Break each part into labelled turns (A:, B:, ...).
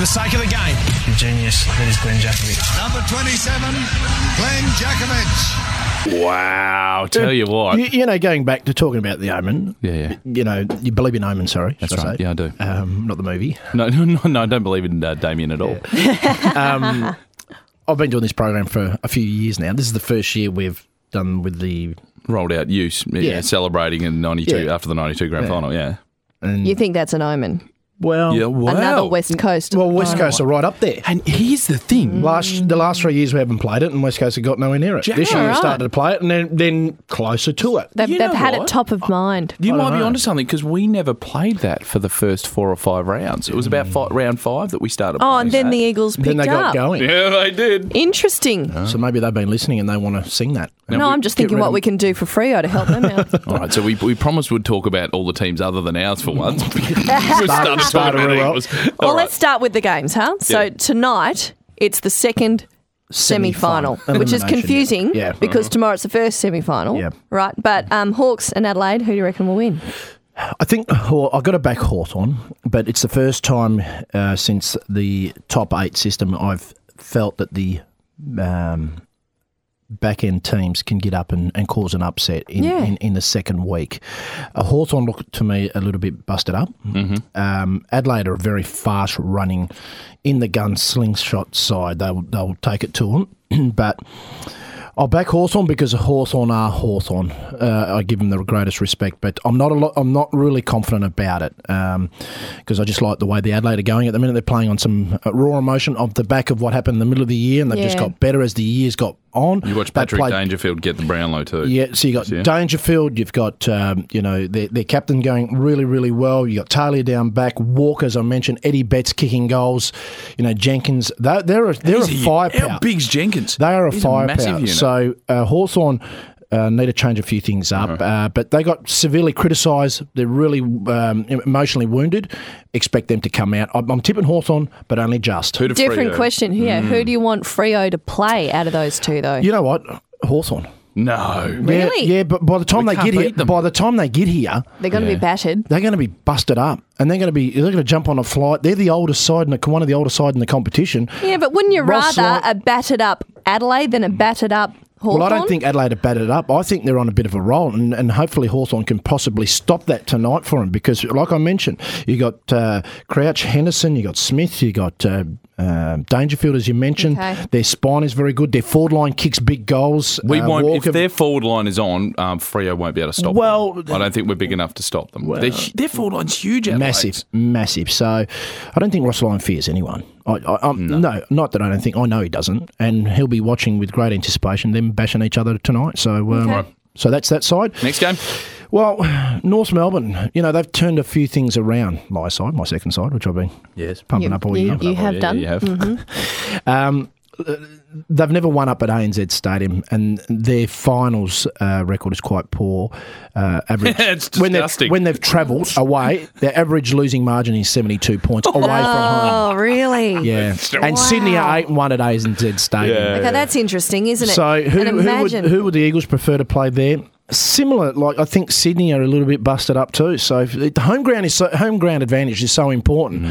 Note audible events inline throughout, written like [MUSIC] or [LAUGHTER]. A: the sake of the game.
B: The genius that is Glenn Jakovic.
C: Number 27, Glenn Jakovic.
D: Wow. Tell you what.
E: You, you know, going back to talking about the Omen.
D: Yeah, yeah.
E: You know, you believe in Omen. Sorry,
D: That's
E: should I
D: right.
E: say.
D: Yeah, I do.
E: Um, not the movie.
D: No, [LAUGHS] no, no, no I don't believe in uh, Damien at all.
E: Um,
F: [LAUGHS]
E: I've been doing this program for a few years now. This is the first year we've done with the.
D: Rolled out use, yeah,
E: Yeah.
D: celebrating in 92,
E: Yeah.
D: after the 92 grand final, yeah.
F: You think that's an omen?
E: Well,
D: Yeah, wow.
F: Another West Coast.
E: well, West Coast are right up there.
D: And here's the thing.
E: Last the last three years we haven't played it, and West Coast have got nowhere near it.
D: Jack-
E: this year we
F: Alright.
E: started to play it, and then, then closer to it.
F: they've
D: You
F: they've
D: know
F: had
D: what?
F: it top
E: Oh.
F: of mind.
D: You
E: I
D: might
E: don't
D: be
E: know.
D: onto something because we never played that for the first four or five rounds. It was about fi round five that we started.
F: Oh,
D: playing
F: and then
D: that.
F: the Eagles picked
E: then they got
F: up.
E: going.
D: yeah, they did.
F: Interesting.
E: So maybe they've been listening and they want to sing that.
F: no, I'm just thinking
E: rid
F: what
E: of-
F: we can do for Frio to help
E: [LAUGHS]
F: them out.
D: All right, so we, we promised we'd talk about all the teams other than ours for once. [LAUGHS]
F: [LAUGHS]
D: we started talking
E: started
D: about
E: real well.
D: Eagles.
F: well,
D: All right.
F: let's start with the games, huh? So
D: Yeah.
F: tonight it's the second semi-final,
E: Semi-final.
F: which is
E: Elimination,
F: confusing
E: yeah. Yeah.
F: because tomorrow it's the first semi-final,
E: Yeah.
F: right? But um, Hawks and Adelaide, who do you reckon will win?
E: I think well, I've got to back Hawthorn, but it's the first time uh, since the top eight system I've felt that the um, back end teams can get up and, and cause an upset in,
F: Yeah.
E: in, in the second week. Uh, Hawthorn looked to me a little bit busted up. Um, Adelaide are a very fast running, in the gun slingshot side. They'll, they'll take it to them, [CLEARS THROAT] but. I'll back Hawthorn because Hawthorn are Hawthorn. Uh, I give them the greatest respect, but I'm not a lot, I'm not really confident about it because I just like the way the Adelaide are going at the minute. They're playing on some uh, raw emotion off the back of what happened in the middle of the year, and they have just
F: Yeah.
E: got better as the years got on.
D: You watch
E: They
D: Patrick
E: played-
D: Dangerfield get the Brownlow too.
E: Yeah, so you got
D: Yeah.
E: Dangerfield, you've got um, you know their, their captain going really really well. You got Taylor down back, Walker as I mentioned, Eddie Betts kicking goals. You know Jenkins, they're they're a, they're
D: He's
E: a firepower.
D: How big's Jenkins?
E: They are a
D: He's
E: firepower.
D: massive unit.
E: so uh, Hawthorn uh, need to change a few things up,
D: Uh-huh.
E: uh, but they got severely criticised. They're really um, emotionally wounded. Expect them to come out. I'm, I'm tipping Hawthorn, but only just.
D: Who'd have
F: Different
D: Freo?
F: question here. Who do you want Frio to play out of those two, though?
E: Hmm. You know what? Hawthorn. Uh,
D: No.
F: Really?
E: Yeah, yeah, but by the time
D: We
E: they
D: can't
E: get here,
D: beat them.
E: by the time they get here,
F: They're going to
D: Yeah.
F: be battered.
E: they're going to be busted up, and they're going to be they're going to jump on a flight. They're the oldest side in the one of the oldest side in the competition.
F: Yeah, but wouldn't you
E: Ross
F: rather
E: Lyon-
F: a battered up Adelaide than a battered up Hawthorn?
E: Well, I don't think Adelaide have batted it up. I think they're on a bit of a roll, and, and hopefully Hawthorn can possibly stop that tonight for them because, like I mentioned, you got uh, Crouch, Henderson, you got Smith, you got uh, uh, Dangerfield, as you mentioned.
F: Okay.
E: Their spine is very good. Their forward line kicks big goals.
D: We
E: Uh,
D: won't.
E: Walker-
D: If their forward line is on, um, Freo won't be able to stop.
E: Well,
D: them. I don't think we're big enough to stop them. They're hu- their forward line's huge. Adelaide's.
E: Massive, massive. So, I don't think Ross Lyon fears anyone. I, I, um, no. not that I don't think. I know he doesn't, and he'll be watching with great anticipation. Them bashing each other tonight. So, um, so that's that side.
D: Next game.
E: Well, [SIGHS] North Melbourne, you know, they've turned a few things around. My side, my second side, which I've been
D: Yes.
E: pumping up all year.
F: you, you have
D: yeah,
F: done.
D: You have.
F: Mm-hmm.
E: They've never won up at ANZ Stadium, and their finals uh, record is quite poor. Uh,
D: [LAUGHS]
E: average
D: It's
E: when
D: disgusting.
E: they've when they've travelled away, their average losing margin is seventy two points away from home.
F: Oh, really?
E: Yeah, and Sydney are eight and one at ANZ Stadium.
F: Okay, that's interesting, isn't it?
E: So who,
F: and
E: who would
F: imagine
E: who would the Eagles prefer to play there? Similar, like I think Sydney are a little bit busted up too. So if- the home ground is so, home ground advantage is so important,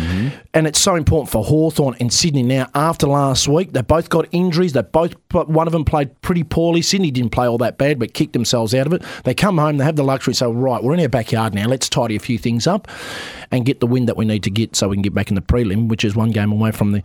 E: and it's so important for Hawthorn and Sydney now. After last week, they both got injuries. They both but one of them played pretty poorly. Sydney didn't play all that bad, but kicked themselves out of it. They come home, they have the luxury. So right, we're in our backyard now. Let's tidy a few things up, and get the win that we need to get so we can get back in the prelim, which is one game away from the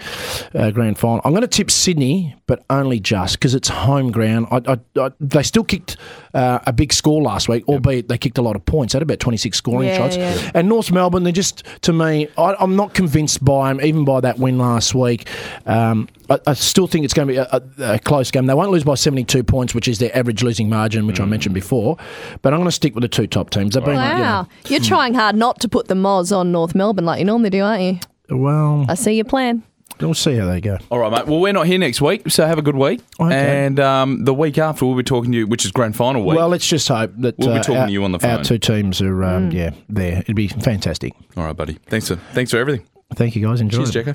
E: uh, grand final. I'm going to tip Sydney, but only just because it's home ground. I, I, I, they still kicked uh, a big score last week, albeit they kicked a lot of points. They had about 26 scoring
F: Yeah,
E: shots.
F: yeah.
E: And North Melbourne, they're just, to me, I, I'm not convinced by them, even by that win last week. Um, I, I still think it's going to be a, a, a close game. They won't lose by 72 points, which is their average losing margin, which I
D: Mm.
E: mentioned before. But I'm going to stick with the two top teams. They've been, like, you know,
F: Wow, you're trying hard not to put the Moz on North Melbourne like you normally do, aren't you?
E: well,
F: I see your plan.
E: we'll see how they go.
D: All right, mate. Well, we're not here next week, so have a good week.
E: Okay.
D: And um, the week after, we'll be talking to you, which is grand final week.
E: Well, let's just hope that uh,
D: We'll be talking
E: our,
D: to you on the phone.
E: Our two teams are, um, yeah, there. It'd be fantastic.
D: All right, buddy. Thanks for thanks for everything.
E: Thank you, guys. Enjoy.
D: Cheers,
E: it.
D: Jacko.